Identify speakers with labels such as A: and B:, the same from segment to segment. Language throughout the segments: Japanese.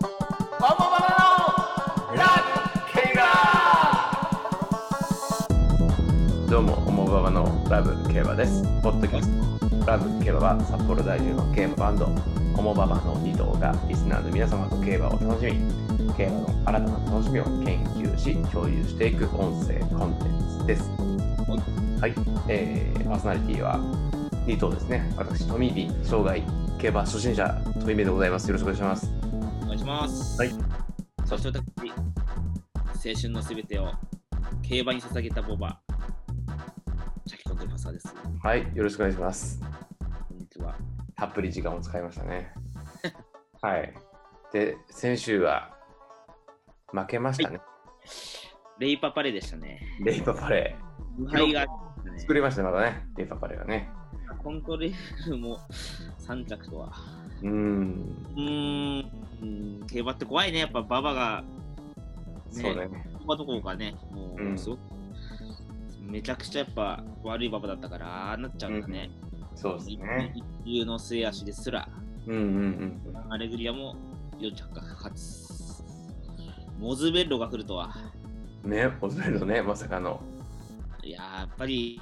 A: バボババのラッケガどうもオモババのラブ競馬ですポッドキャストラブ競馬は札幌在住の競馬バンドオモババの2頭がリスナーの皆様と競馬を楽しみ競馬の新たな楽しみを研究し共有していく音声コンテンツですはい、えー、パーソナリティは2頭ですね私トミービ生涯競馬初心者トミービでございますよろしくお願いします
B: お願いします。
C: はい。
B: そして私、青春のすべてを競馬に捧げたボバ、チャキコントリファサーです。
A: はい、よろしくお願いします。
B: こんにちは。
A: たっぷり時間を使いました ね。はい。で、先週は負けましたね。
B: レイパパレでしたね。
A: レイパパレ
B: 無敗が、ね、
A: ー。作りましたね、まだね。レイパパレーがね。
B: コントレールも3着とは。
A: うーん。
B: うーん、競馬って怖いね。やっぱババが、
A: そうね。
B: ババどころかね、も
A: う
B: う、
A: ん
B: すごく、めちゃくちゃやっぱ悪いババだったから、ああなっちゃうんだね。
A: そうですね。
B: 一流の末足ですら。
A: うんうん
B: アレグリアも4着か勝つ。モズベッロが来るとは。
A: うん。ね、オズベルドね、まさかの。
B: いやーやっぱり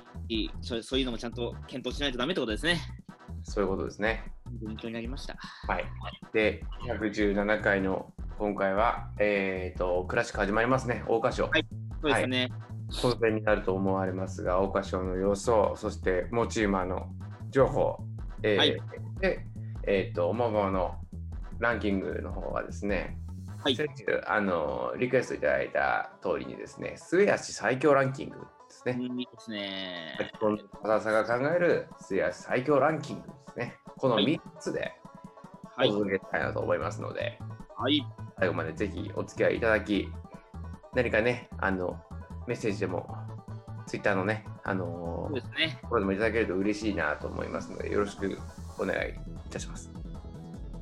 B: そうそういうのもちゃんと検討しないとダメってことですね。
A: そういうことですね。
B: 勉強になりました。
A: はい。で、117回の今回は、えっ、ー、と、クラシック始まりますね。桜花賞。
B: はいそうですね。
A: 当然になると思われますが、桜花賞の予想、そしてモチーマーの情報、えー
B: はい
A: で、えー、とモモのランキングの方はですね、
B: はい。
A: 先週あのリクエストいただいた通りにですね、末足最強ランキングです
B: うん
A: ね。
B: いいですね。
A: 先ほど浅田さんが考える末足最強ランキングですね。この
B: はい
A: 3つでお
B: はい。
A: 届けしたいなと思いますので、
B: はい。
A: 最後までぜひお付き合いいただき、何かね、あのメッセージでも、ツイッターのね、あの
B: そ
A: ー
B: うですね。
A: これでもいただけると嬉しいなと思いますので、よろしくお願いいたします。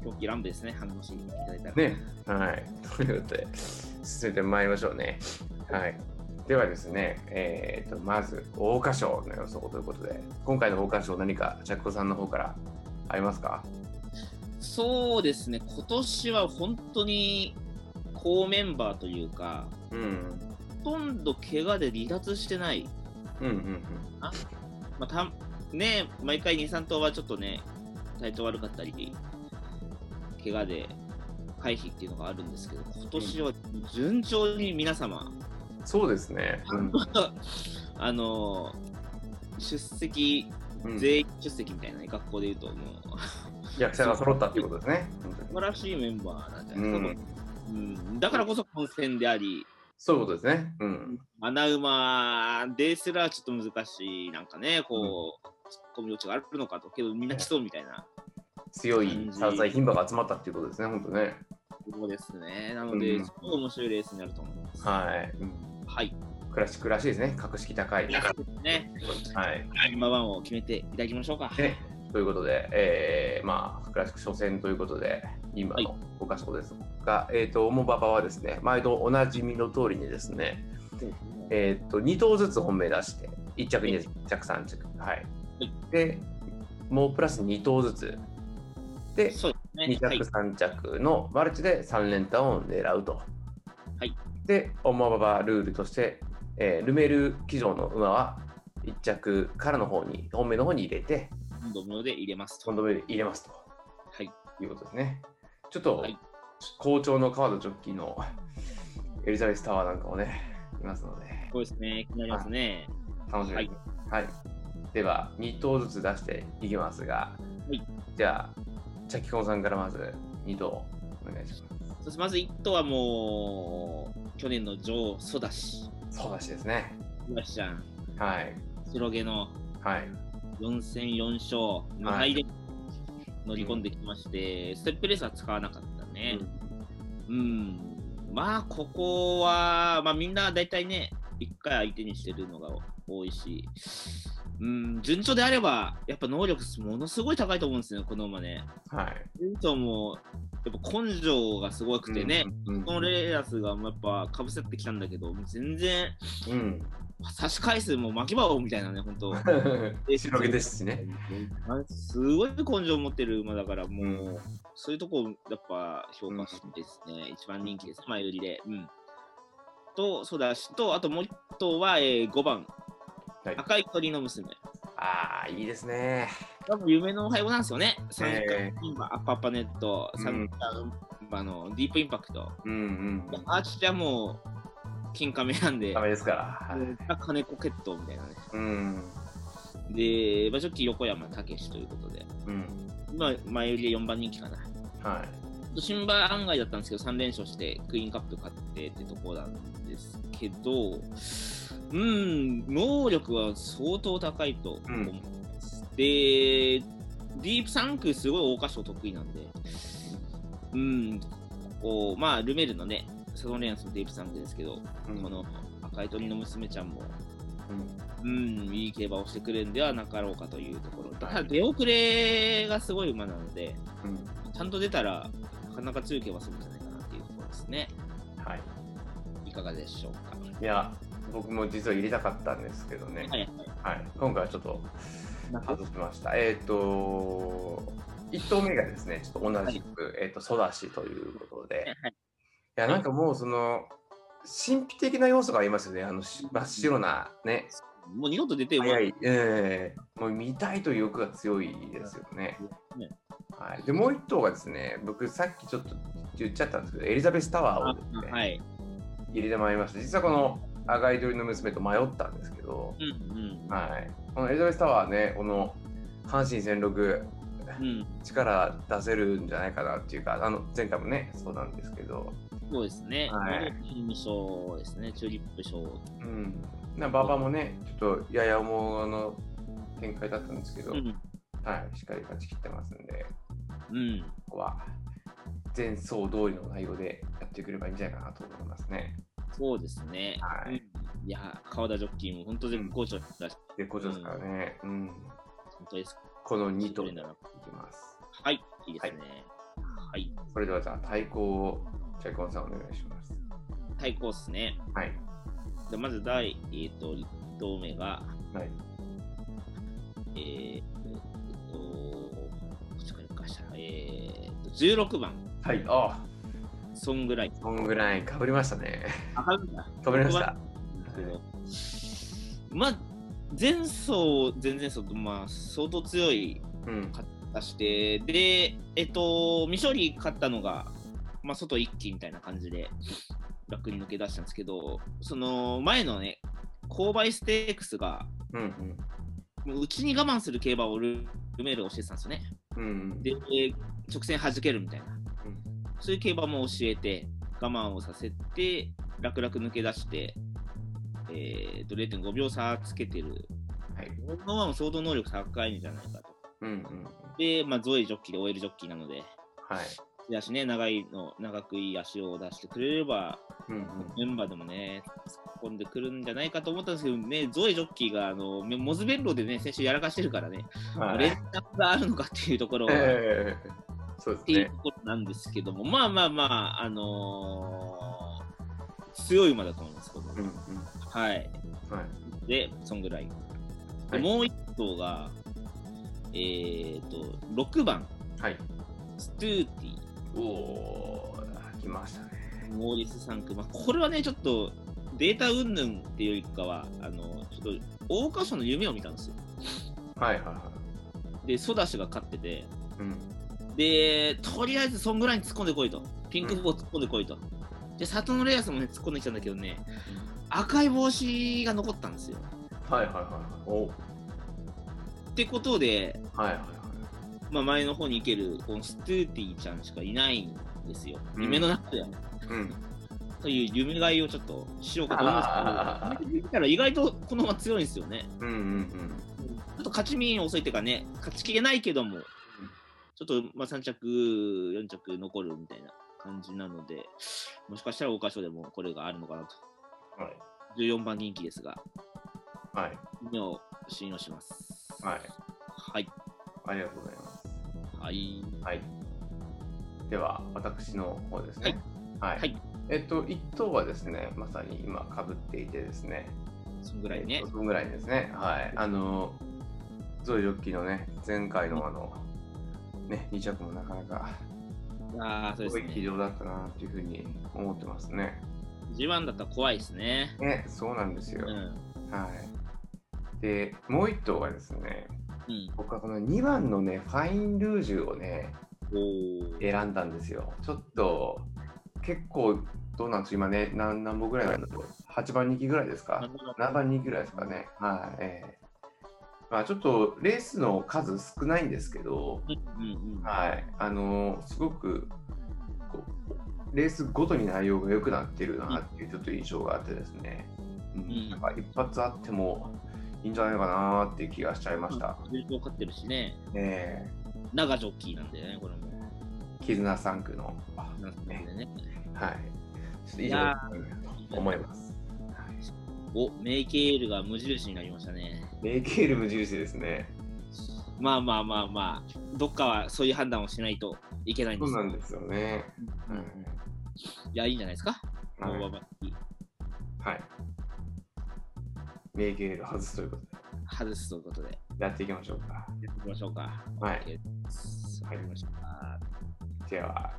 B: 狂気乱舞ですね。反応していただいたら。
A: ね。はい。ということで、進めてまいりましょうね。はい。ではですね、えー、とまず、桜花賞の予想ということで、今回の桜花賞、何か、ジャックさんの方からありますか
B: そうですね。今年は本当に高メンバーというか、
A: うん。
B: ほとんど怪我で離脱してない。
A: うんうん
B: まあ、たね毎回2、3頭はちょっとね、体調悪かったり、怪我で回避っていうのがあるんですけど、今年は順調に皆様、
A: うん。そうですね。うん
B: あのー出席、
A: うん、
B: 全員出席みたいなね、学校でいうと、もう、
A: 役者が揃ったっていうことですね。本当に
B: 素晴らしいメンバーなんじゃ
A: う
B: ないです
A: ん
B: か、、うんだからこそ混戦であり、
A: そういうことですね。うん。
B: 穴馬ですらちょっと難しい、なんかね、こう、突っ込み余地があるのかと、けどみんな来そうみたいな。
A: 強い三歳牝馬が集まったっていうことですね、本当ね。
B: そうですね。なので、
A: うん
B: すごい面白いレースになると思います。
A: はい。
B: はい。
A: クラシックらしいですね。格式高い。
B: ね、
A: はい。
B: 今番を決めていただきましょうか。
A: ね、ということで、えーまあ、クラシック初戦ということで、今
B: は
A: のおかしこですが、えっ、と、オモババはですね、毎度おなじみの通りにですね、えっ、と、2頭ずつ本命出して、1着、2着、1着、3着。はい。で、もうプラス2頭ずつ。で、
B: そうです
A: 2。
B: ねはい
A: 着、。3着のマルチで3連単を狙うと。
B: はい、
A: で、オモババルールとして、えールメール騎乗の馬は1着からの方に、本命の方に入れて、
B: 今度無料で入れますと。
A: 今度入れますと。
B: はい。
A: いうことですね。ちょっと、
B: はい
A: 好調の川田ジョッキーのエリザベスタワーなんかもね、いますので、
B: そうですね。気になりますね。
A: 楽しみです。はい。では、2頭ずつ出していきますが、
B: い
A: じゃあ、チャキコンさんからまず2頭お願いしま
B: そしてまず1頭はもう、去年の女王、ソダシ。
A: す。そうだしですね。
B: ソダシちゃん、
A: はい。
B: 白毛の
A: はい。
B: 4戦4勝、無敗で乗り込んできまして、ステップレースは使わなかったね。うん、まあ、ここは、まあ、みんな大体ね、1回相手にしてるのが多いし、うん、順調であれば、やっぱ能力、ものすごい高いと思うんですよ、この馬ね。
A: はい。
B: 順調も、やっぱ根性がすごくてね、
A: うん。
B: このレースがやっぱかぶせてきたんだけど、全然
A: うん。
B: 差し返すもう巻き場みたいなね、本当
A: 広げ ですしね。
B: すごい根性持ってる馬だから、もう、うん、そういうとこ、やっぱ評価してですね、うん、一番人気です、前売りで。うん、と、そうだし、と、あともう一頭は、えー、5番、はい、赤い鳥の娘。
A: ああ、いいですね。
B: 多分夢のおはようなんですよね。3時間、今、アッパッパネット、3時間、あの、ディープインパクト。
A: うんうん、
B: アーチじゃもう、金亀なんで、
A: ダメですから。
B: はい、金子決闘みたいなね。
A: うん、
B: で、場所期横山武史ということで、
A: うん、
B: 今、前売りで4番人気かな。。
A: はい
B: 新馬案外だったんですけど、3連勝してクイーンカップ勝ってってとこなんですけど、うん、能力は相当高いと思います。うん、で、ディープ3区すごい桜花賞得意なんで、うん、こうまあ、ルメールのね、サドンレアンスのデイブさんですけど、うん、この赤い鳥の娘ちゃんも、うん、うん、いい競馬をしてくれるんではなかろうかというところ。ただ、出遅れがすごい馬なので、
A: うん、
B: ちゃんと出たら、なかなか強い競馬するんじゃないかなっていうところですね。
A: はい。
B: いかがでしょうか。
A: いや、僕も実は入れたかったんですけどね。
B: はい、
A: はい、はい。今回はちょっと、外しました。えっ、ー、と、1頭目がですね、ちょっと同じく、はい、えっ、と、ソダシということで、
B: はい
A: いやなんかもうその神秘的な要素がありますよね、あの真っ白なね。
B: もう二度と出ても
A: ない。えー、もう見たいという欲が強いですよね。
B: ね
A: はい、でもう一頭がですね、僕さっきちょっと言っちゃったんですけど、エリザベスタワーをですね、ね
B: はい、
A: 入れてまいりました。実はこの赤い鳥の娘と迷ったんですけど、
B: うんうん、
A: はい、このエリザベスタワーね、この阪神戦六、
B: うん、
A: 力出せるんじゃないかなっていうか、あの前回もね、そうなんですけど。
B: そうですね。
A: はい。
B: チーム賞ですね。チューリップ賞。
A: うん。なババもね、ちょっとやや重の展開だったんですけど、うん、はい、しっかり勝ち切ってますんで、
B: うん。
A: ここは前走通りの内容でやってくればいいんじゃないかなと思いますね。
B: そうですね。
A: はい。
B: いや、川田ジョッキーも本当絶好調だし、
A: 絶好調ですからね。うん。
B: 本当です。
A: この2頭いきます。
B: はい、いいですね。はい。
A: それではじゃあ対抗をチャイコンさんお願いします。
B: 対抗ですね。
A: はい。
B: でまず第、えーと、と1投目が、
A: はい、
B: えー、えー、と、こっちからかした。えー、と、16番。
A: はい、あ
B: ソングライン。
A: ソングライン、かぶりましたね。
B: あ、かぶりました。
A: かぶりました。
B: まあ、前走、前々走と、まあ、相当強い
A: 勝
B: ったして、うん、で、えっ、ー、と、未勝利勝ったのが、まあ、外一気みたいな感じで楽に抜け出したんですけど、その前のね、購買ステークスが、
A: うん
B: うん、もううちに我慢する競馬をルメール教えてたんですよね。
A: うんうん、
B: で、直線弾けるみたいな、
A: うん、
B: そういう競馬も教えて、我慢をさせて、楽々抜け出して、えーと、と0.5秒差つけてる。
A: はい、
B: この馬も相当能力高いんじゃないかと。
A: うんうん、
B: で、まあ、ゾエジョッキーで OL ジョッキーなので。
A: はい
B: だしね、長いの、長くいい足を出してくれれば、
A: うんうん、
B: メンバーでもね、突っ込んでくるんじゃないかと思ったんですけどね、ゾエジョッキーが、あの、モズ弁論でね、先週やらかしてるからね、はい、連絡があるのかっていうところは、
A: えー、 そうですね。
B: っていうところなんですけども、まあまあまあ、あのー、強い馬だと思います、この、
A: うんうん、。
B: はい。
A: はい
B: で、そんぐらい。はい、もう一頭が、えっ、ー、と、6番。
A: はい。
B: ストゥーティー。
A: おー、来ましたね。
B: モーリス3区、まあ、これはね、ちょっとデータ云々っていうよりかは、あのちょっと桜花賞の夢を見たんですよ。。
A: はいはいはい
B: で、ソダシが勝ってて、
A: うん、
B: で、とりあえずそんぐらいに突っ込んでこいと、ピンク帽突っ込んでこいと、うん、で、里のレアスもね、突っ込んできたんだけどね、赤い帽子が残ったんですよ。
A: はいはいはい。お
B: ってことで、
A: はいはい。
B: まあ、前の方に行けるこのストゥーティーちゃんしかいないんですよ。夢の中ではね。
A: うん、
B: という夢買いをちょっとしようかと思いますけど、たら意外とこのまま強いんですよね。
A: うんうんうん、ち
B: ょっと勝ち身遅いっていうかね、勝ちきれないけども、ちょっとまあ3着、4着残るみたいな感じなので、もしかしたら桜花賞でもこれがあるのかなと。、
A: はい
B: 14番人気ですが、
A: はい、
B: 夢を信用します。
A: はい、
B: はい、
A: ありがとうございます。
B: はい。
A: はい。では、私の方ですね。
B: はい。はい、
A: えっと、1頭はですね、まさに今かぶっていてですね、
B: そんぐらい
A: え
B: ね
A: っと。そのぐらいですね。はい。あの、ゾイジョッキーのね、前回のあの、ね、2着もなかなか、
B: ああ、そう
A: す
B: です
A: ごい
B: ね
A: 騎。乗だったなっていうふうに思ってますね。
B: G1 だったら怖いですね。
A: ね、そうなんですよ
B: う。ん。
A: はい。で、もう1頭がですね、
B: うん。
A: 僕はこの2番のね、ファインルージュをね、
B: おー
A: 選んだんですよ。ちょっと、結構、どうなんですか今ね、何何本ぐらいなんだろう ?8 番人気ぐらいですか
B: なるほど
A: 7番人気ぐらいですかね。はい。ええまあ、ちょっとレースの数少ないんですけど、
B: うんうんうん。
A: はい。あのすごくこう、レースごとに内容が良くなってるなっていうちょっと印象があってですね。うんん。なんか一発あってもいいんじゃないかなっていう気がしちゃいました。
B: 優勝勝ってるしね。
A: え
B: 長ジョッキーなんだよね、これも。
A: え絆3区の、
B: なんでね。
A: はい。ちょっと以
B: い
A: 上
B: や
A: と思います。
B: お、メイケールが無印になりましたね。
A: メイケール無印ですね。
B: まあまあまあまあ、どっかはそういう判断をしないといけないん
A: そ
B: で
A: う
B: す
A: な
B: よ
A: んですよね。うん
B: いや、いいんじゃないですか。
A: はい
B: 大幅に
A: はい。メイケール外すということで、
B: 外すということで、
A: やっていきましょうか。
B: やっていきましょうか。
A: はい
B: OK です。わ
A: はい
B: かりました。
A: では、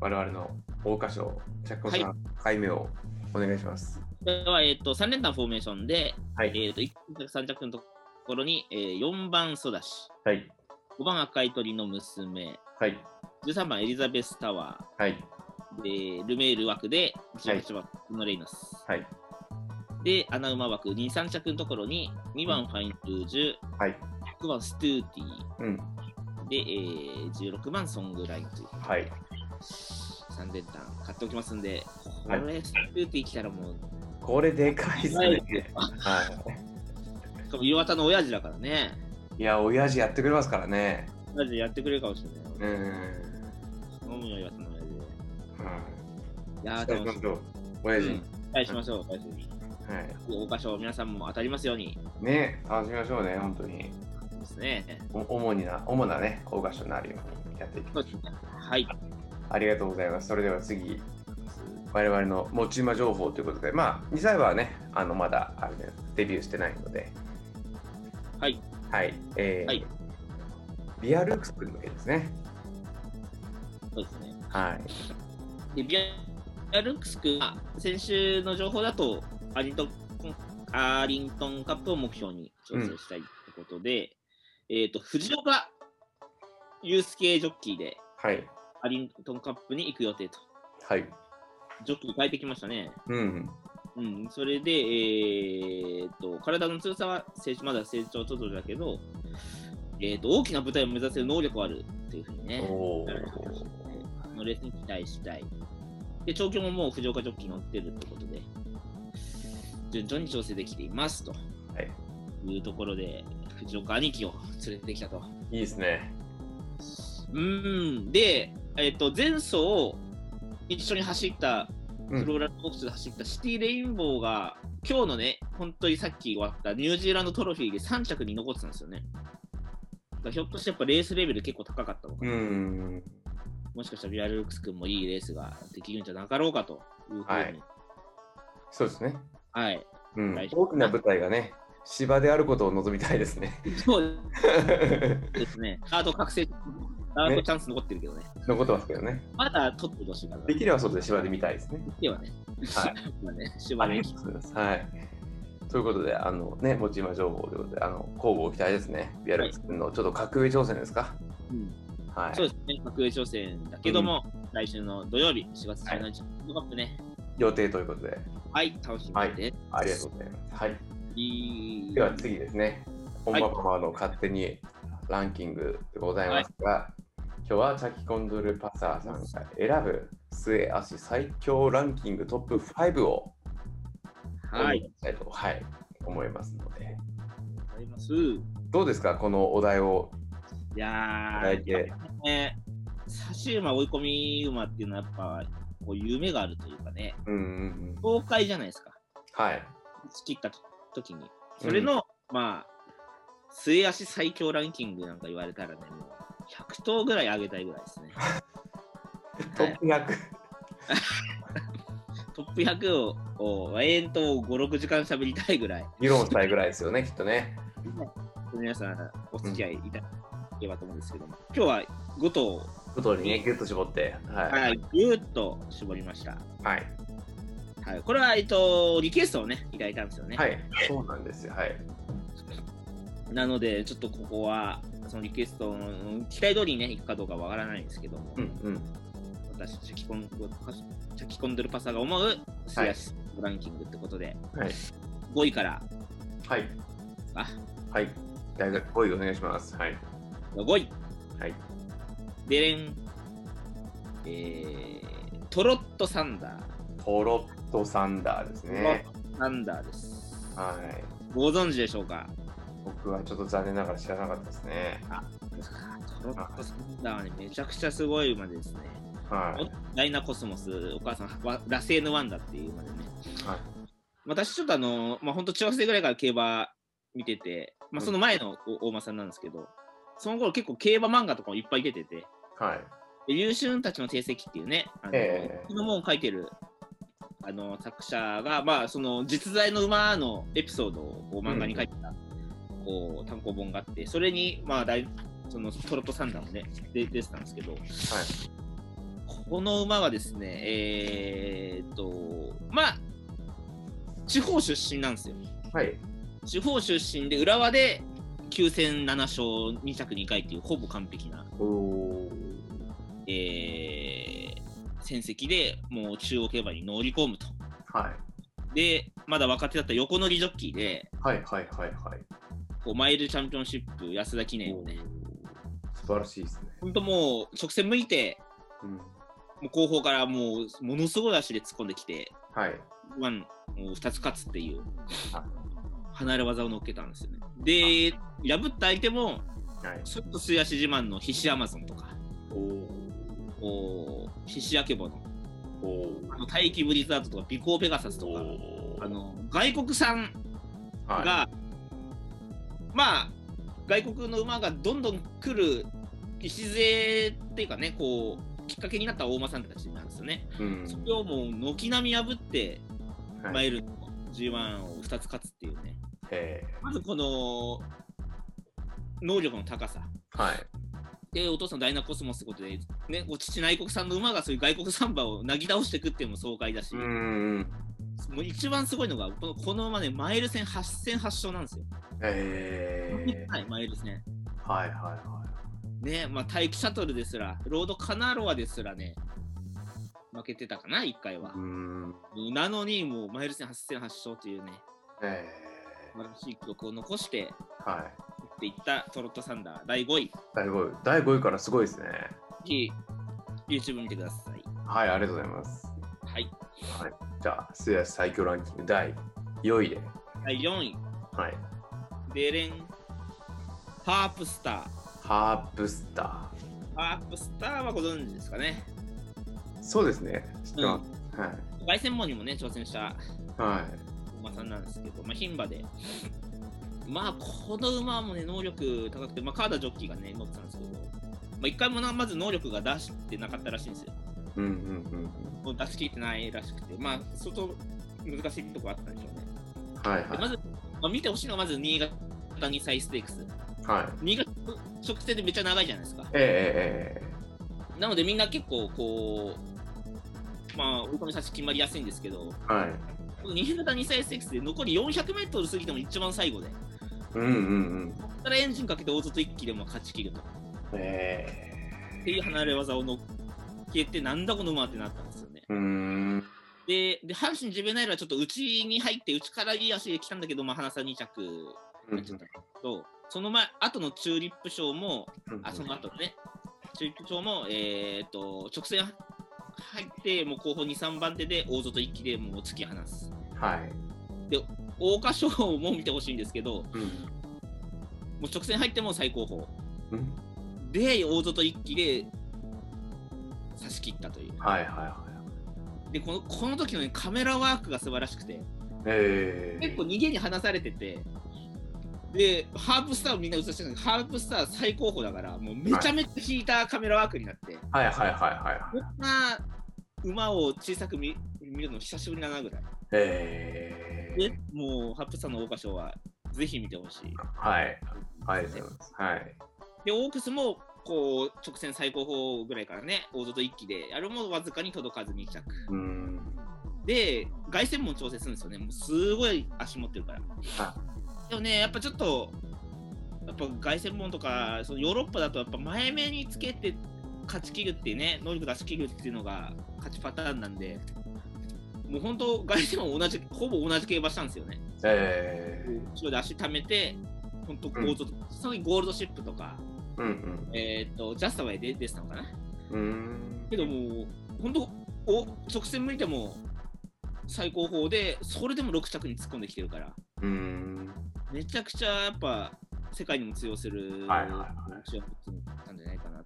A: 我々の大歌賞、チャッコさん、解明をお願いします。
B: では、えっ、と、3連単フォーメーションで、
A: は
B: えっ、。と、1着、3着のところに、えー、4番ソダシ、
A: はい。
B: 5番赤い鳥の娘、
A: はい。
B: 13番エリザベスタワ
A: はい。
B: ー、でルメール枠で18番のレイナス。
A: はい。
B: で、穴馬枠2、3着のところに、2番ファインルージュ、
A: はい。
B: 100番ストゥーティ
A: うん。
B: ー、で、えー、16番ソングラインという
A: はい。
B: 3連単買っておきますんで、こ
A: はい
B: れ、ストゥーティー来たらもう、
A: これでかいです
B: はい
A: ね。は
B: しかも岩田の親父だからね、
A: い。いや、親父やってくれますからね。
B: 親父やってくれるかもしれない。
A: うん。うん。
B: 飲むよ、岩田の親父。いやー、
A: そう
B: 楽
A: そうそ
B: しみ。
A: う親
B: う
A: 父
B: ん。期待しましょう、最 初に。
A: はい。
B: 大花賞、皆さんも当たりますように
A: ね、楽しみましょうね、本当に。
B: ですね。
A: お主にな、主なね、大歌賞になるようにやっていき
B: そ
A: ま
B: う
A: し
B: で
A: ょう
B: すねはい。
A: ありがとうございます。それでは次、我々の持ち馬情報ということで、まあ、2歳馬はね、あのまだあれでデビューしてないので、
B: はい。
A: はい、えー
B: はい
A: ビアルークス君の件ですね。
B: そうですね。
A: はい。
B: で、ビアルックス君は、先週の情報だと、アリントンアリントンカップを目標に調整したいということで、えっ、と、藤岡ユース系ジョッキーで、
A: はい。
B: アリントンカップに行く予定と。
A: はい。
B: ジョッキー変えてきましたね。
A: うん。
B: うん、それで、えーっと、体の強さは成長まだ成長途中だけど、えーっと、大きな舞台を目指せる能力はあるっていうふうにね、
A: おー
B: のレースに期待したい。で、調教ももう藤岡ジョッキー乗ってるってことで、順調に調整できていますと
A: はい。
B: いうところで、藤岡兄貴を連れてきたと。
A: いいですね。
B: うーん、で、えーっと、前走を一緒に走った
A: う
B: フロ
A: ん。
B: ーラルコースで走ったシティレインボーが、今日のね、本当にさっき終わったニュージーランドトロフィーで3着に残ってたんですよね。だからひょっとしてやっぱレースレベル結構高かったのか
A: う
B: な、
A: ん。
B: もしかしたらビアルルクス君もいいレースができるんじゃなかろうかというふうに、
A: は
B: はいい、
A: そうですね。うん
B: 大。丈夫
A: 大きな舞台がね、芝であることを望みたいですね。
B: そうですね、カード覚醒、カードチャンス残ってるけどね、
A: 残ってますけどね。
B: まだ取ってほしいから、
A: で
B: ね、
A: きれば外で芝で見たいですね。
B: ではね、
A: はい。
B: まあね、しば
A: あ
B: ら
A: り
B: く
A: がとうございます。はい。ということで、あのね、持ち馬情報ということで、あの、交互期待ですね。ビアルックス君のちょっと格上挑戦ですか。
B: うん
A: はい。
B: そうですね、格上挑戦だけども、来週の土曜日、4月17日、ワールドカップね、
A: 予定ということで、
B: はい、楽しみです。
A: ありがとうございます。はい。
B: いい
A: では次ですね。
B: は
A: 本
B: い
A: 場パワーの勝手にランキングでございますが、今日はチャキコンドルパサーさんが選ぶ末足最強ランキングトップ5をお願
B: は
A: い
B: い。
A: したいと、はい、思いますので、
B: あります。い
A: どうですか、このお題をい
B: や
A: ただ
B: ー、
A: いて。
B: ね、差し馬、追い込み馬っていうのは、やっぱ、こう夢があるというかね、
A: うんうんうん、
B: 崩壊じゃないですか。
A: はい。
B: 打ち切った時に。それの、まあ、末足最強ランキングなんか言われたらね、もう、100頭ぐらい 上げたいぐらいですね。
A: トップ100、
B: トップップ100を永遠と5、6時間喋りたいぐらい、
A: 議論したいぐらいですよね、きっとね。
B: 皆さんお付き合いいただければと思うんですけども、今日は5頭を、
A: ことにね、ぎゅっと絞って。は
B: はい、ぎゅーっと絞りました。
A: い。はい。
B: はい、これは、えっと、リクエストをね、いただいたんですよね。
A: はい。そうなんですよ。はい。
B: なので、ちょっとここは、そのリクエストのうん期待通りにね、いくかどうかわからないんですけども、
A: うんうん。
B: 私、チャキコン、チャキコンドルパサが思う、スヤシランキングってことで、
A: はい。
B: 5位から、
A: はい。
B: あ、
A: はい。大学5位お願いします。はい。
B: 5位。
A: はい。
B: でれん。えー、トロットサンダー。
A: トロットサンダーですね。
B: サンダーです。
A: はい。
B: ご存知でしょうか
A: 僕はちょっと残念ながら知らなかったですね。
B: トロットサンダーはね、めちゃくちゃすごい馬ですね。
A: はい。
B: ダイナコスモス、お母さん、わラセーヌワンダっていう馬でね。
A: はい
B: 私、ちょっとあの、まあ、本当中学生ぐらいから競馬見てて、まあ、その前のお大間さんなんですけど、その頃結構競馬漫画とかもいっぱい出てて、
A: はい。
B: で優秀たちの定石っていうね、あの、
A: ええ
B: この本を書いてるあの作者が、まあ、その実在の馬のエピソードを漫画に書いてた、こう単行本があって、それに、まあ、だいそのトロットサンダーもね、で出てたんですけど、この馬はですね、えーっと、まあ、地方出身なんですよ。
A: はい。
B: 地方出身で、浦和で9戦7勝2着2回っていう、ほぼ完璧な。
A: おお。
B: えー戦績でもう中央競馬に乗り込むと。
A: はい。
B: で、まだ若手だった横乗りジョッキーで、
A: はいはいはいはい。
B: こうマイルチャンピオンシップ安田記念をね、
A: 素晴らしいですね。
B: 本当もう直線向いて、
A: うん。
B: もう後方からもうものすごい足で突っ込んできて、
A: はい。
B: ワンを2つ勝つっていう
A: は、
B: 離れ技を乗っけたんですよね。で、破った相手も、
A: はい。
B: ちょっと素足自慢の必死アマゾンとか、
A: おお。
B: こう必死アケボの、
A: おお。
B: あの大気ブリザードとか、ビコーペガサスとか、あの外国産が、
A: は
B: まあ外国の馬がどんどん来る礎っていうかねこうきっかけになった大間さんたちなんですよね。
A: い。うん。
B: それをもう軒並み破って
A: はい
B: マイルの G1 を2つ勝つっていうね
A: え
B: まずこの能力の高さ。
A: ー、はい。
B: でお父さんダイナコスモスってことで、ね、お父内国産の馬がそういう外国サンバをなぎ倒していくっていうのも爽快だし、
A: うーん。
B: もう一番すごいのがこのこの馬ねマイル戦8戦8勝なんですよ。
A: え
B: はい、マイル戦。
A: ー、はいはいは。
B: ね、まあ、待機シャトルですら、ロードカナロアですらね、負けてたかな、1回はい
A: うー。ん。
B: なのに、もうマイル戦8戦8勝というね、
A: え
B: 素晴らしい記録を残して、
A: ー、はい。
B: 打っていったトロットサンダー第5位。
A: 第5位。第5位からすごいですね。
B: ぜひ YouTube 見てください。
A: はい、ありがとうございます。
B: はい。
A: じゃあ、末脚最強ランキング第4位で。
B: 第4位、
A: はい。
B: デレン・ハープスタ
A: ハープスタ
B: ー。ハープスターはご存知ですかね。
A: ー。そうですね。知ってます。はい。
B: 凱旋門にもね、挑戦した
A: はい。
B: 馬さんなんですけど、まあ、牝馬で、まあ、この馬もね、能力高くて、まあ、カーダジョッキーがね、乗ってたんですけど、まあ、一回もなまず能力が出してなかったらしいんですよ。
A: うんうん
B: もう出し切ってないらしくて、まあ、相当難しいとこあったんでしょうね。
A: うん。はい
B: で
A: は
B: まず、まあ、見てほしいのは、まず新潟2歳ステークス。
A: い。はい。
B: 新潟直線でめっちゃ長いじゃないですか。
A: ええ
B: なので、みんな結構、こう、まあ、追い込み差し決まりやすいんですけ
A: えええ
B: ど、
A: えはい。
B: 新潟2歳ステークスで残り400メートル過ぎても一番最後で。
A: うんうんうん。
B: そこからエンジンかけて大外一気でも勝ち切ると。
A: え
B: っていう離れ技をのっけて、なんだこの馬ってなったんですよね。
A: えうーん。
B: で、で阪神ジベナイルはちょっと内に入って、内からいい足で来たんだけど、まあ、花さ2着になっちゃったと、その前、後のチューリップ賞も、あ、その後ね、チューリップ賞も、えーっと、直線入って、もう後方2、3番手で大外一気でもう突き放す。
A: はい。
B: 桜花賞も見てほしいんですけど、も
A: うん
B: う直線入っても最高峰。
A: うん。
B: で、大外一気で差し切ったという。
A: はいはいは
B: で、このこの時の、ね、カメラワークが素晴らしくて、
A: い。ええ
B: 結構逃げに離されてて、で、ハープスターをみんな映してたんだけど、ハープスター最高峰だから、もうめちゃめちゃ引いたカメラワークになって、
A: はいはいはいはい
B: こんな馬を小さく見見るの久しぶりだなぐらい。
A: え
B: で、もう、ハップさんの桜花賞は、ぜひ見てほしい。
A: はい。ありがとうございます。はい。
B: で、オークスも、こう、直線最高峰ぐらいからね、大外一期で、あれもわずかに届かず2着。
A: うん。
B: で、凱旋門調整するんですよね。もう、すごい足持ってるから。
A: は
B: でもね、やっぱちょっと、やっぱ凱旋門とか、そのヨーロッパだと、やっぱ前目につけて勝ち切るっていうね、能力出し切るっていうのが勝ちパターンなんで、もう本当、凱旋門同じ、ほぼ同じ競馬したんですよね。
A: えー。
B: 後ろで足溜めて、本当ゴールド、その時ゴールドシップとか、
A: うん
B: えっ、と、ジャスタウェイで出てたのかな。
A: うん。うん。
B: けどもう、本当、お直線向いても最高峰で、それでも6着に突っ込んできてるから、
A: うん。
B: めちゃくちゃやっぱ、世界にも通用する。
A: はいはいはい。
B: 話を持ってたんじゃないかなと。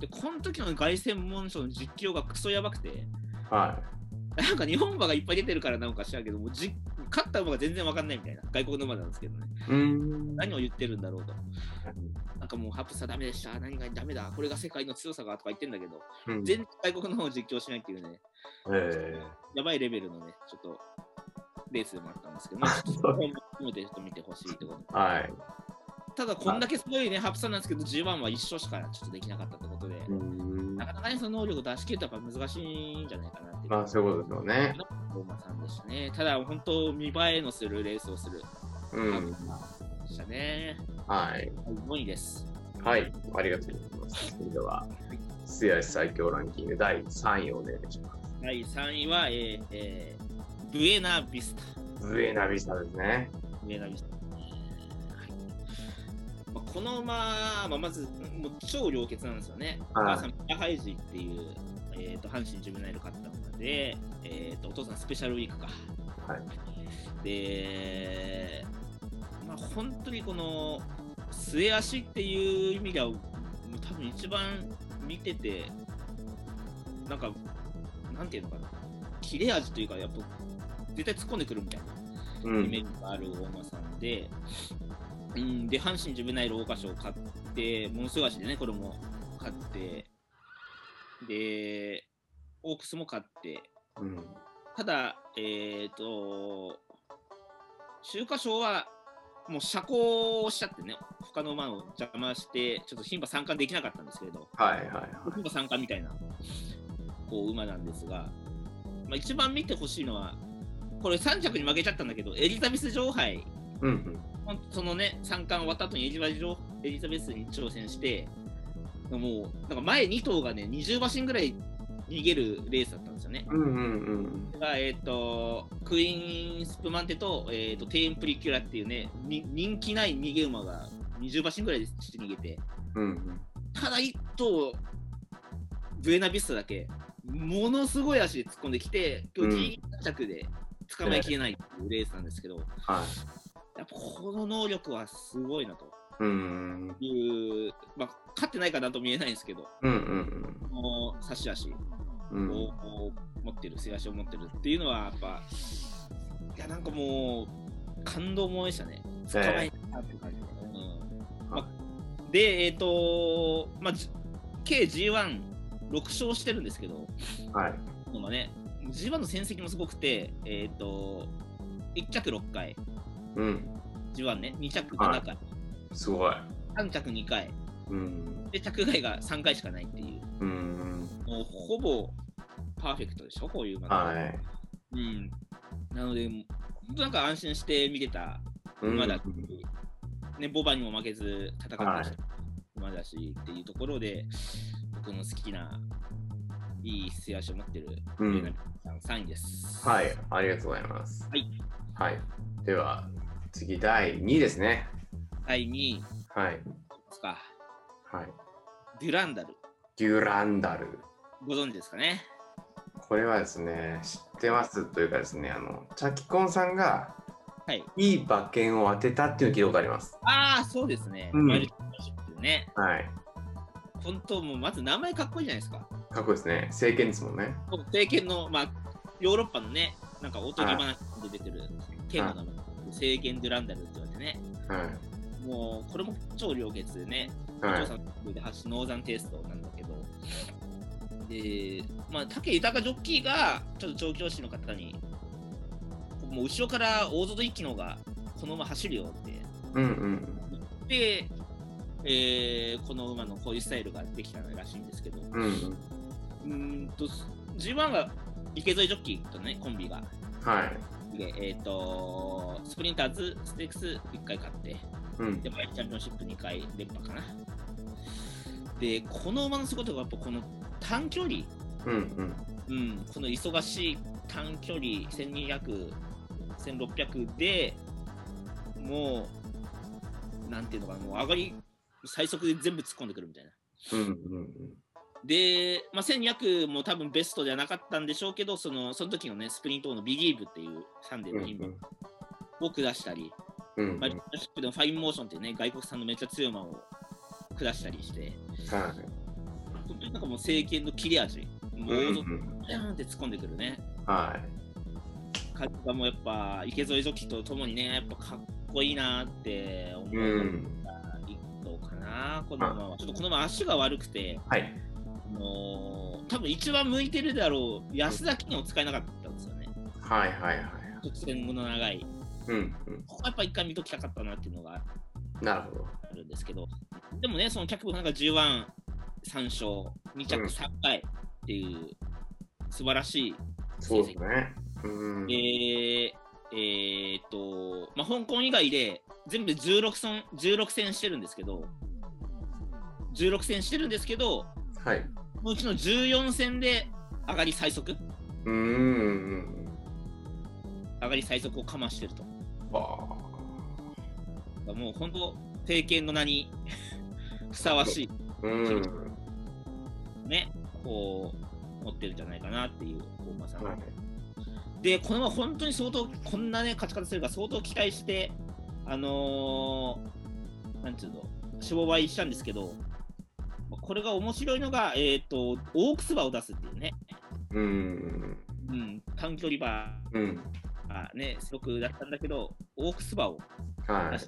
B: で、この時の凱旋門賞の実況がクソやばくて、
A: は
B: なんか日本馬がいっぱい出てるからなのか知らんけど、もうじ勝った馬が全然わかんないみたいな、外国の馬なんですけどね、
A: い。うん。
B: 何を言ってるんだろうと。なんかもうハプさダメでした、何がダメだ、これが世界の強さかとか言ってんだけど、
A: うん
B: 全然外国の方を実況しないっていうね、
A: え
B: やばいレベルのね、ちょっと。レースでもあったんですけど、まあ、ちょっとそこも含めてちょっと見てほしいってことで
A: ー。はい。
B: ただ、こんだけすごいね、ハプさんなんですけど、G1 は一勝しかちょっとできなかったってことで、
A: うん
B: なかなかね、その能力を出し切るとやっぱ難しいんじゃないかなっていう。
A: まあそういうことですよね。
B: ローマさんでしたね。ただ、本当、見栄えのするレースをする。
A: うん。
B: でしたね。
A: はい。
B: 5位です。
A: はい。ありがとうございます。それでは、素足最強ランキング第3位をお願いします。
B: 第3位は、えーえーブエナビスタ。
A: ブエナビスタですね。
B: ブエナビスタ。はいまあこの馬、まあ、まず、もう超良血なんですよね。お
A: はい
B: 母さん、ミラハイジっていう、えー、と阪神ジュブナイル買った馬で、えーと、お父さんスペシャルウィークか。
A: はい。
B: で、まあ、本当にこの末足っていう意味では、もう多分一番見てて、なんか、なんていうのかな、切れ味というか、やっぱ絶対突っ込んでくるみたいな
A: う
B: イメ
A: ん。
B: ージがある大間さんで、うん、で、阪神ジュブナイル桜花賞を買って、ものすごい足でね、これも買って、で、オークスも買って、
A: うん。
B: ただ、えっ、と、中華賞は、もう遮光をしちゃってね、他の馬を邪魔して、ちょっと牝馬参加できなかったんですけれど、
A: はいはいはい。
B: 牝馬参加みたいな、こう、馬なんですが、まあ、一番見てほしいのは、これ3着に負けちゃったんだけど、エリザベス女王杯、
A: うん。
B: ほんそのね、三冠終わった後にエリザベス女王エリザベスに挑戦して、もう、なんか前2頭がね、20馬身ぐらい逃げるレースだったんですよね。
A: うんうんうん。
B: が、えっとクイーンスプマンテと,、えっとテーンプリキュラっていうねに人気ない逃げ馬が20馬身ぐらいで逃げて
A: うん。
B: ただ1頭ブエナビスタだけものすごい足で突っ込んできて今日ギリギリ着で捕まえきれないっていうレースなんですけど、
A: はい。
B: やっぱこの能力はすごいなと
A: うん。
B: いう、まあ、勝ってないかなとも言えないんですけど
A: うんうん
B: もう差し足
A: うん。うん。
B: をこう持ってる、背足を持ってるっていうのは、やっぱ、いや、なんかもう、感動もんでしたね。
A: え
B: 捕まえたって感じで。うんまで、えっ、と、まあ、じ計 G1、6勝してるんですけど、
A: はい。
B: まあね、G1 の戦績もすごくて、えっ、と、1着6回、
A: うん。
B: G1 ね、2着7回、
A: すごい。
B: 3着2回、
A: うん。
B: で、着外が3回しかないっていう、
A: うん。
B: もうほぼパーフェクトでしょ、こういう馬が
A: はい。
B: うん。なので、もう本当なんか安心して見てた
A: うん
B: 馬だし、ね、ボバにも負けず戦ってきた、
A: はい
B: 馬だしっていうところで、僕の好きな、いい素足を持ってる、
A: う
B: 上
A: ん
B: 野。さん3位です。
A: はい。ありがとうございます。
B: はい。
A: はい。では、次、第2位ですね。
B: 第2位で
A: はい。
B: すか、
A: はい。
B: デュランダル、
A: デュランダル。
B: ご存知ですかね。
A: これはですね、知ってますというかですね、あの、チャキコンさんが、
B: はい。
A: いい馬券を当てたっていうのを聞いたことあります。
B: ああ、そうですね。
A: うん
B: マイルドチャンピオンシップね。
A: はい。
B: 本当、もうまず名前かっこいいじゃないですか。
A: かっこいいですね。政権ですもんね。
B: 僕政権の、まあ、ヨーロッパのね、なんかおとぎ話で出てるテーマだもん政権デュランダルって言われてね、
A: は
B: もうこれも超良血でね、
A: い。は
B: お
A: い
B: 父さ。んので発信ノーザンテイストなんだけど、で、まあ、武豊ジョッキーが、ちょっと調教師の方に、もう後ろから大外一気の方が、この馬走るよって
A: うんうん
B: で、えーこの馬のこういうスタイルができたらしいんですけど、う
A: うんうん
B: ーんと、G1 が池添ジョッキーとね、コンビが、
A: はい
B: で、えっ、と、スプリンターズ、ステークス1回勝って、
A: うん
B: で、マイルチャンピオンシップ2回連覇かな。で、この馬の仕事がやっぱこの短距離、
A: うんうん
B: うん、この忙しい短距離1200、1600でもう、なんていうのかな、もう上がり、最速で全部突っ込んでくるみたいな。
A: うんうん
B: で、まあ、1200も多分ベストではなかったんでしょうけど、そのその時のね、スプリント王のビギーブっていうサンデー
A: うん
B: の品を下したり、
A: うんうん
B: まあ、リーダーシップでもファインモーションっていうね、外国産のめっちゃ強い馬を下したりして、
A: はい
B: 本当になんかもう政権の切れ味、もう
A: うん
B: 大
A: う
B: 底
A: ん
B: ジャーンって突っ込んでくるね、
A: はい
B: 感じがもうやっぱ池添ジョッキとともにね、やっぱかっこいいなって思
A: う
B: うの
A: ん
B: が一個かな、この馬は。ちょっとこの馬足が悪くて、
A: はい
B: あのー多分一番向いてるであろう安田記念を使えなかったんですよね。
A: はいはいはい
B: 直線後の長い。
A: うんうん
B: ここはやっぱ一回見ときたかったなっていうのが
A: なるほど
B: あるんですけど、でもね、その脚本なんか10 3勝、2着
A: うん
B: 3回っていう素晴らしい
A: そうですねうん
B: で、えーっと、まあ、香港以外で全部で16戦 ,16 戦してるんですけど、16戦してるんですけど、
A: はい
B: そのうちの14戦で上がり最速、
A: うんうん
B: 上がり最速をかましてると。
A: うんは
B: もう本当、政権の名に ふさわし
A: あうん
B: い、ね、こう、持ってるんじゃないかなっていう、大馬さん。
A: はい
B: で、このまま本当に相当、こんなね、勝ち方するから相当期待して、あのー、なんていうの、商売したんですけど、まあこれが面白いのが、えっ、と、オークス馬を出すっていうね、
A: うん
B: うん、短距離馬
A: うん
B: がね、すごくだったんだけど、オークス馬を
A: はい
B: っ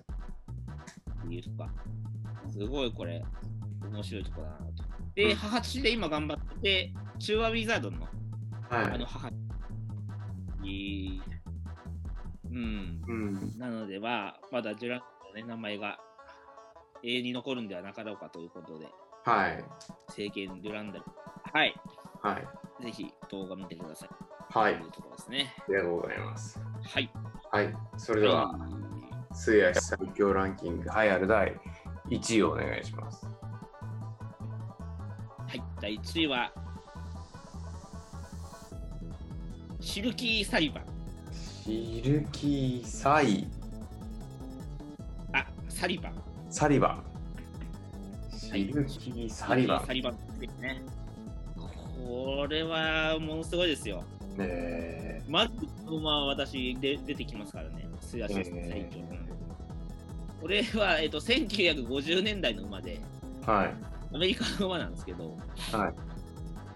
B: ていうとか、すごいこれ、面白いとこだなと。で、母父で今頑張って、中和ウィザードンの
A: は
B: あ
A: い
B: の母に、うん、
A: うん
B: なので、まあ、まだジュランの、ね、名前が永遠に残るんではなかろうかということで、
A: はい
B: 政権デュランダル。はい。
A: はい
B: ぜひ動画見てください。
A: はい
B: というところですね。
A: ありがとうございます
B: はい。
A: はいそれでは末足最強ランキング栄えある第1位をお願いします
B: はい。第1位は、シルキー裁判。
A: シルキーサイ
B: あ、サリバン。
A: サリバンシルキーサリバン
B: サリバンですね。これはものすごいですよ。
A: え
B: まず、このまま私で出てきますからね。末足最強なので。これは、えっと、1950年代の馬で、
A: ーはい
B: アメリカの馬なんですけど、
A: はい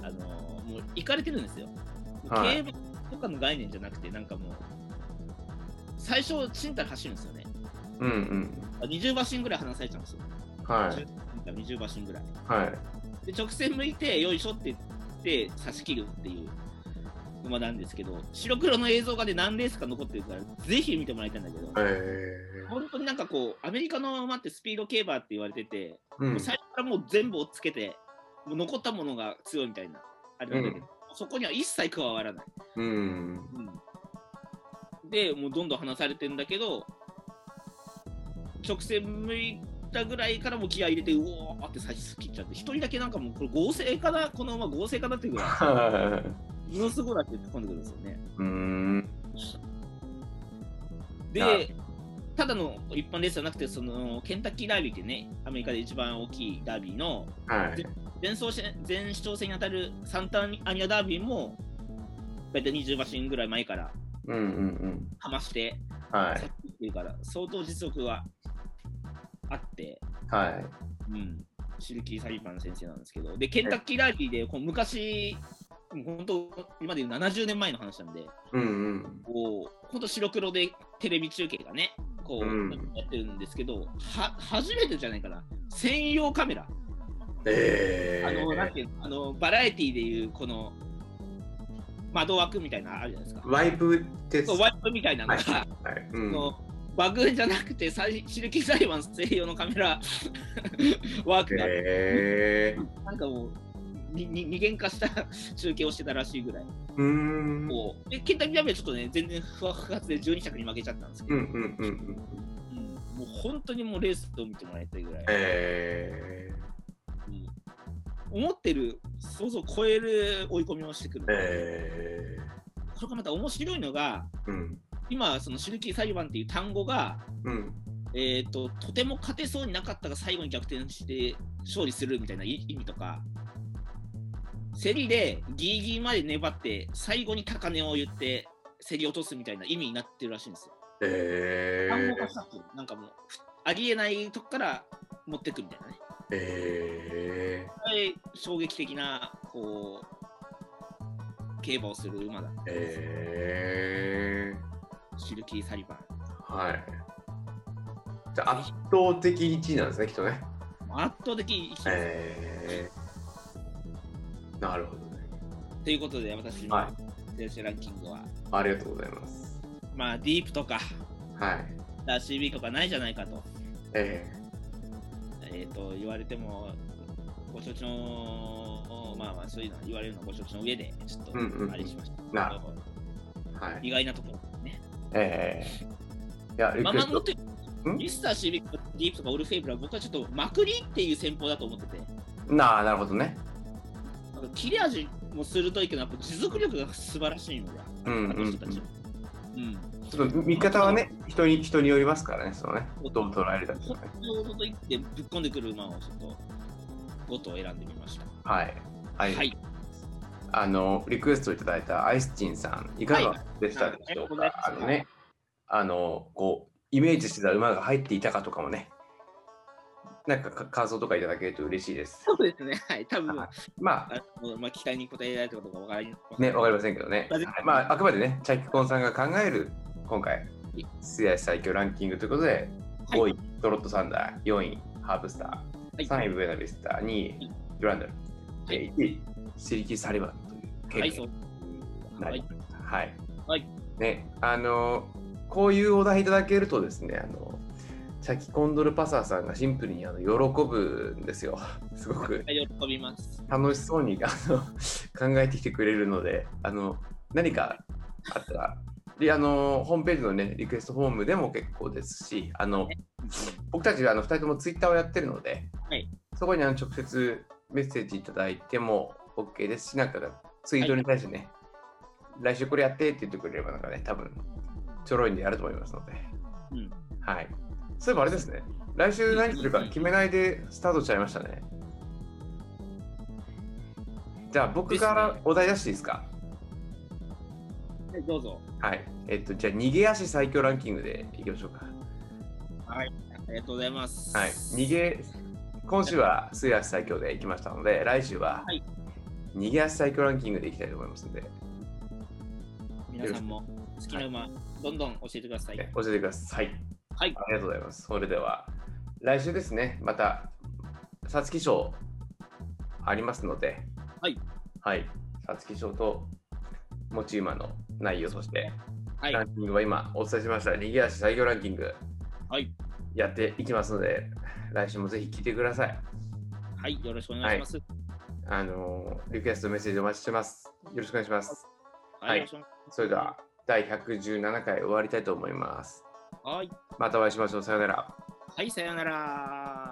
B: あのもう行かれてるんですよ。
A: はい
B: 競馬とかの概念じゃなくて、なんかもう、最初、チンタラ走るんですよね。
A: うんうん
B: 20馬身ぐらい離されちゃうんですよ。
A: はい
B: 20馬身ぐらい。
A: はい
B: で、直線向いて、よいしょって言って、差し切るっていう馬なんですけど、白黒の映像がね、何レースか残ってるから、ぜひ見てもらいたいんだけど、
A: えー
B: 本当になんかこう、アメリカの馬ってスピード競馬って言われてて、
A: うん
B: もう最初からもう全部をつけて、もう残ったものが強いみたいな、あれなんだけど、そこには一切加わらない。
A: うん
B: で、もうどんどん離されてんだけど、直線向いたぐらいからもう気合い入れて、うおーって差し切っちゃって、一人だけなんかもう、これ合成かな、このまま合成かなっていうぐらい、も のすごいなって突っ込んでくるんですよね。
A: うんなる
B: で、ただの一般レースじゃなくて、そのケンタッキーダービーっていうね、アメリカで一番大きいダービーの、
A: はい
B: 前哨戦前哨戦に当たるサンタアニアダービーも大体20馬身ぐらい前から
A: うんうんうん
B: かまして
A: は
B: さ
A: い
B: っき言うから相当実力があって、
A: はい
B: うん、シルキー・サリバン先生なんですけどでケンタッキーラービーでこう昔本当今で言う70年前の話なんで
A: うんうん
B: こう本当白黒でテレビ中継がねこう
A: うん
B: やってるんですけど、は初めてじゃないかな専用カメラ
A: え
B: あの、なんていうの、あの、バラエティでいう、この、窓枠みたいなのあるじゃないですか。
A: ワイプです
B: そうワイプみたいなのが、
A: ははいうん
B: あのバグじゃなくて、さいシルキー裁判専用のカメラ ワークがあって、
A: へえ
B: なんかもう、にに二元化した中継をしてたらしいぐらい。
A: うーんうん
B: こうで、ケンタビラメちょっとね、全然不発で12着に負けちゃったんですけ
A: う
B: ど、
A: んうんうん
B: うんもう本当にもうレースを見てもらいたいぐらい。
A: え
B: うん思ってる想像を超える追い込みをしてくる
A: ー、。え
B: これがまた面白いのが、
A: ー、うん
B: 今、そのシルキー裁判っていう単語が、
A: うん
B: えー、ととても勝てそうになかったが最後に逆転して勝利するみたいな意意味とか、競りでギリギリまで粘って、最後に高値を言って、競り落とすみたいな意味になってるらしいんですよ。
A: え
B: 単語
A: ー
B: がさってるなんかもう、ありえないとこから持ってくみたいなね。
A: え
B: これ衝撃的な、こう、競馬をする馬だ。
A: ー、え
B: シルキー・サリバン。
A: ー、はいじゃあ圧倒的1位なんですねきっとね
B: 圧倒的に生きてます
A: えー、なるほどね
B: ということで、私
A: は
B: の選手ランキングは、
A: ありがとうございます
B: まあ、ディープとか、
A: はい
B: ダーシービーとかないじゃないかと,、
A: え
B: えー、と言われても、ご承知の、まあまあ、そういうのは言われるのはご承知の上で、ちょっと
A: うんうん
B: あれしました。
A: ー、なるほどはい
B: 意外なところね。
A: ええいや、リ
B: まあ、
A: クエ
B: まあ
A: ス
B: もっ
A: ト。
B: と言うんミスターシービーとかディープとかオルフェーブルは僕はちょっとまくりっていう戦法だと思ってて、
A: なあ、なるほどね。
B: あの切れ味も鋭いけど、やっぱ持続力が素晴らしいので、
A: うんうんうん
B: あの人たちは。うん
A: ちょっと見方はね、人に人によりますからね、そのね、どう捉えるかっていうの
B: 本
A: はね。
B: 当と言ってぶっ込んでくる馬をちょっと5頭選んでみました。
A: はい。はい。
B: はい。
A: あの、リクエストいただいたアイスチンさん、いかがでしたでしょうか。
B: はい
A: あのね、あの、こう、イメージしてた馬が入っていたかとかもね、なんかか感想とかいただけると嬉しいです。
B: そうですね。はい。多分
A: は
B: あ
A: いまあ、
B: のまあ期待に応えられたことがわかり
A: ね、わかり
B: ま
A: ませんけどね。はい
B: わかりません
A: まあ、あくまでね、チャキコンさんが考える、今回、試合最強ランキングということで、
B: す
A: 5位、ドロットサンダー、4位、ハーブスター、
B: は
A: 3
B: い。
A: 位、ブエナビスター、2位、ドランダル、
B: い
A: 1位、シリキ・サリバンという
B: はい。
A: 結
B: そ
A: 果
B: う
A: になりました。はい。
B: はい
A: ね、あの、こういうお題いただけるとですね、あの、チャキコンドルパサーさんがシンプルにあの喜ぶんですよ。すごく
B: はい喜びます。
A: 楽しそうにあの 考えてきてくれるので、あの、何かあったら、であのホームページの、ね、リクエストフォームでも結構ですし、あの僕たちはあの2人ともツイッターをやってるので、
B: はい
A: そこにあの直接メッセージいただいても OK ですし、なんかツイートに対してね、来週これやってって言ってくれれば、なんかね、多分ちょろいんでやると思いますので、
B: うん。
A: はい。そういえばあれですね、来週何するか決めないでスタートしちゃいましたね。じゃあ僕からお題出していいですか。
B: はいどうぞ。
A: はい。えっと、じゃあ逃げ足最強ランキングでいきましょうか。
B: ありがとうございます。
A: はい、逃げ今週は末足最強で行きましたので、来週は
B: はい
A: 逃げ足最強ランキングでいきたいと思いますので、
B: 皆さんも好きな馬、どんどん教えてください。
A: ね教えてください。
B: はい。
A: ありがとうございます。それでは、来週ですね、また、皐月賞ありますので、
B: はい。
A: はい。皐月賞と持ち馬の内容、そして、
B: はい。
A: ランキングは今お伝えしました、逃げ足最強ランキング
B: はい。
A: やっていきますので、来週もぜひ聞いてください。
B: はい。よろしくお願いします。
A: あのリクエストメッセージお待ちしてます。よろしくお願いします。
B: はい。
A: はい
B: よろしくお願いします
A: それでは第117回終わりたいと思います。
B: はい。
A: またお会いしましょう。さようなら。
B: はい。さようなら。